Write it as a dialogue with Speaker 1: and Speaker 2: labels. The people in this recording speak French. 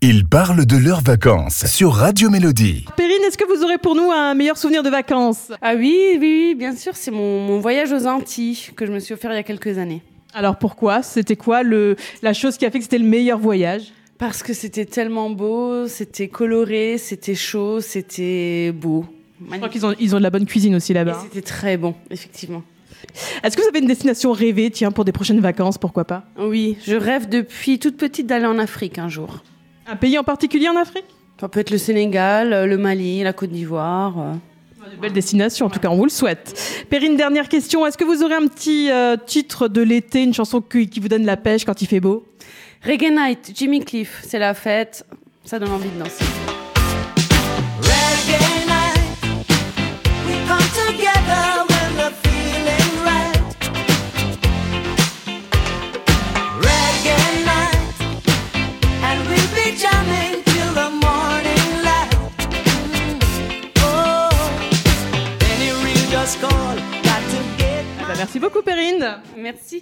Speaker 1: Ils parlent de leurs vacances sur Radio Mélodie.
Speaker 2: Perrine, est-ce que vous aurez pour nous un meilleur souvenir de vacances
Speaker 3: Ah oui, oui, oui, bien sûr, c'est mon, mon voyage aux Antilles que je me suis offert il y a quelques années.
Speaker 2: Alors pourquoi C'était quoi le, la chose qui a fait que c'était le meilleur voyage
Speaker 3: Parce que c'était tellement beau, c'était coloré, c'était chaud, c'était beau.
Speaker 2: Je crois qu'ils ont, ils ont de la bonne cuisine aussi
Speaker 3: Et
Speaker 2: là-bas.
Speaker 3: c'était très bon, effectivement.
Speaker 2: Est-ce que vous avez une destination rêvée, tiens, pour des prochaines vacances, pourquoi pas
Speaker 3: Oui, je rêve depuis toute petite d'aller en Afrique un jour.
Speaker 2: Un pays en particulier en Afrique
Speaker 3: Ça peut être le Sénégal, euh, le Mali, la Côte d'Ivoire. euh.
Speaker 2: Une belle destination, en tout cas, on vous le souhaite. Perrine, dernière question. Est-ce que vous aurez un petit euh, titre de l'été, une chanson qui, qui vous donne la pêche quand il fait beau
Speaker 3: Reggae Night, Jimmy Cliff, c'est la fête. Ça donne envie de danser.
Speaker 4: Reggae night, we come together when we're feeling right. Reggae night, and we'll be jamming till the morning light. Mm. Oh, any real just call, got to get
Speaker 2: Ah bah, Eh Merci beaucoup, Perrine.
Speaker 3: Merci.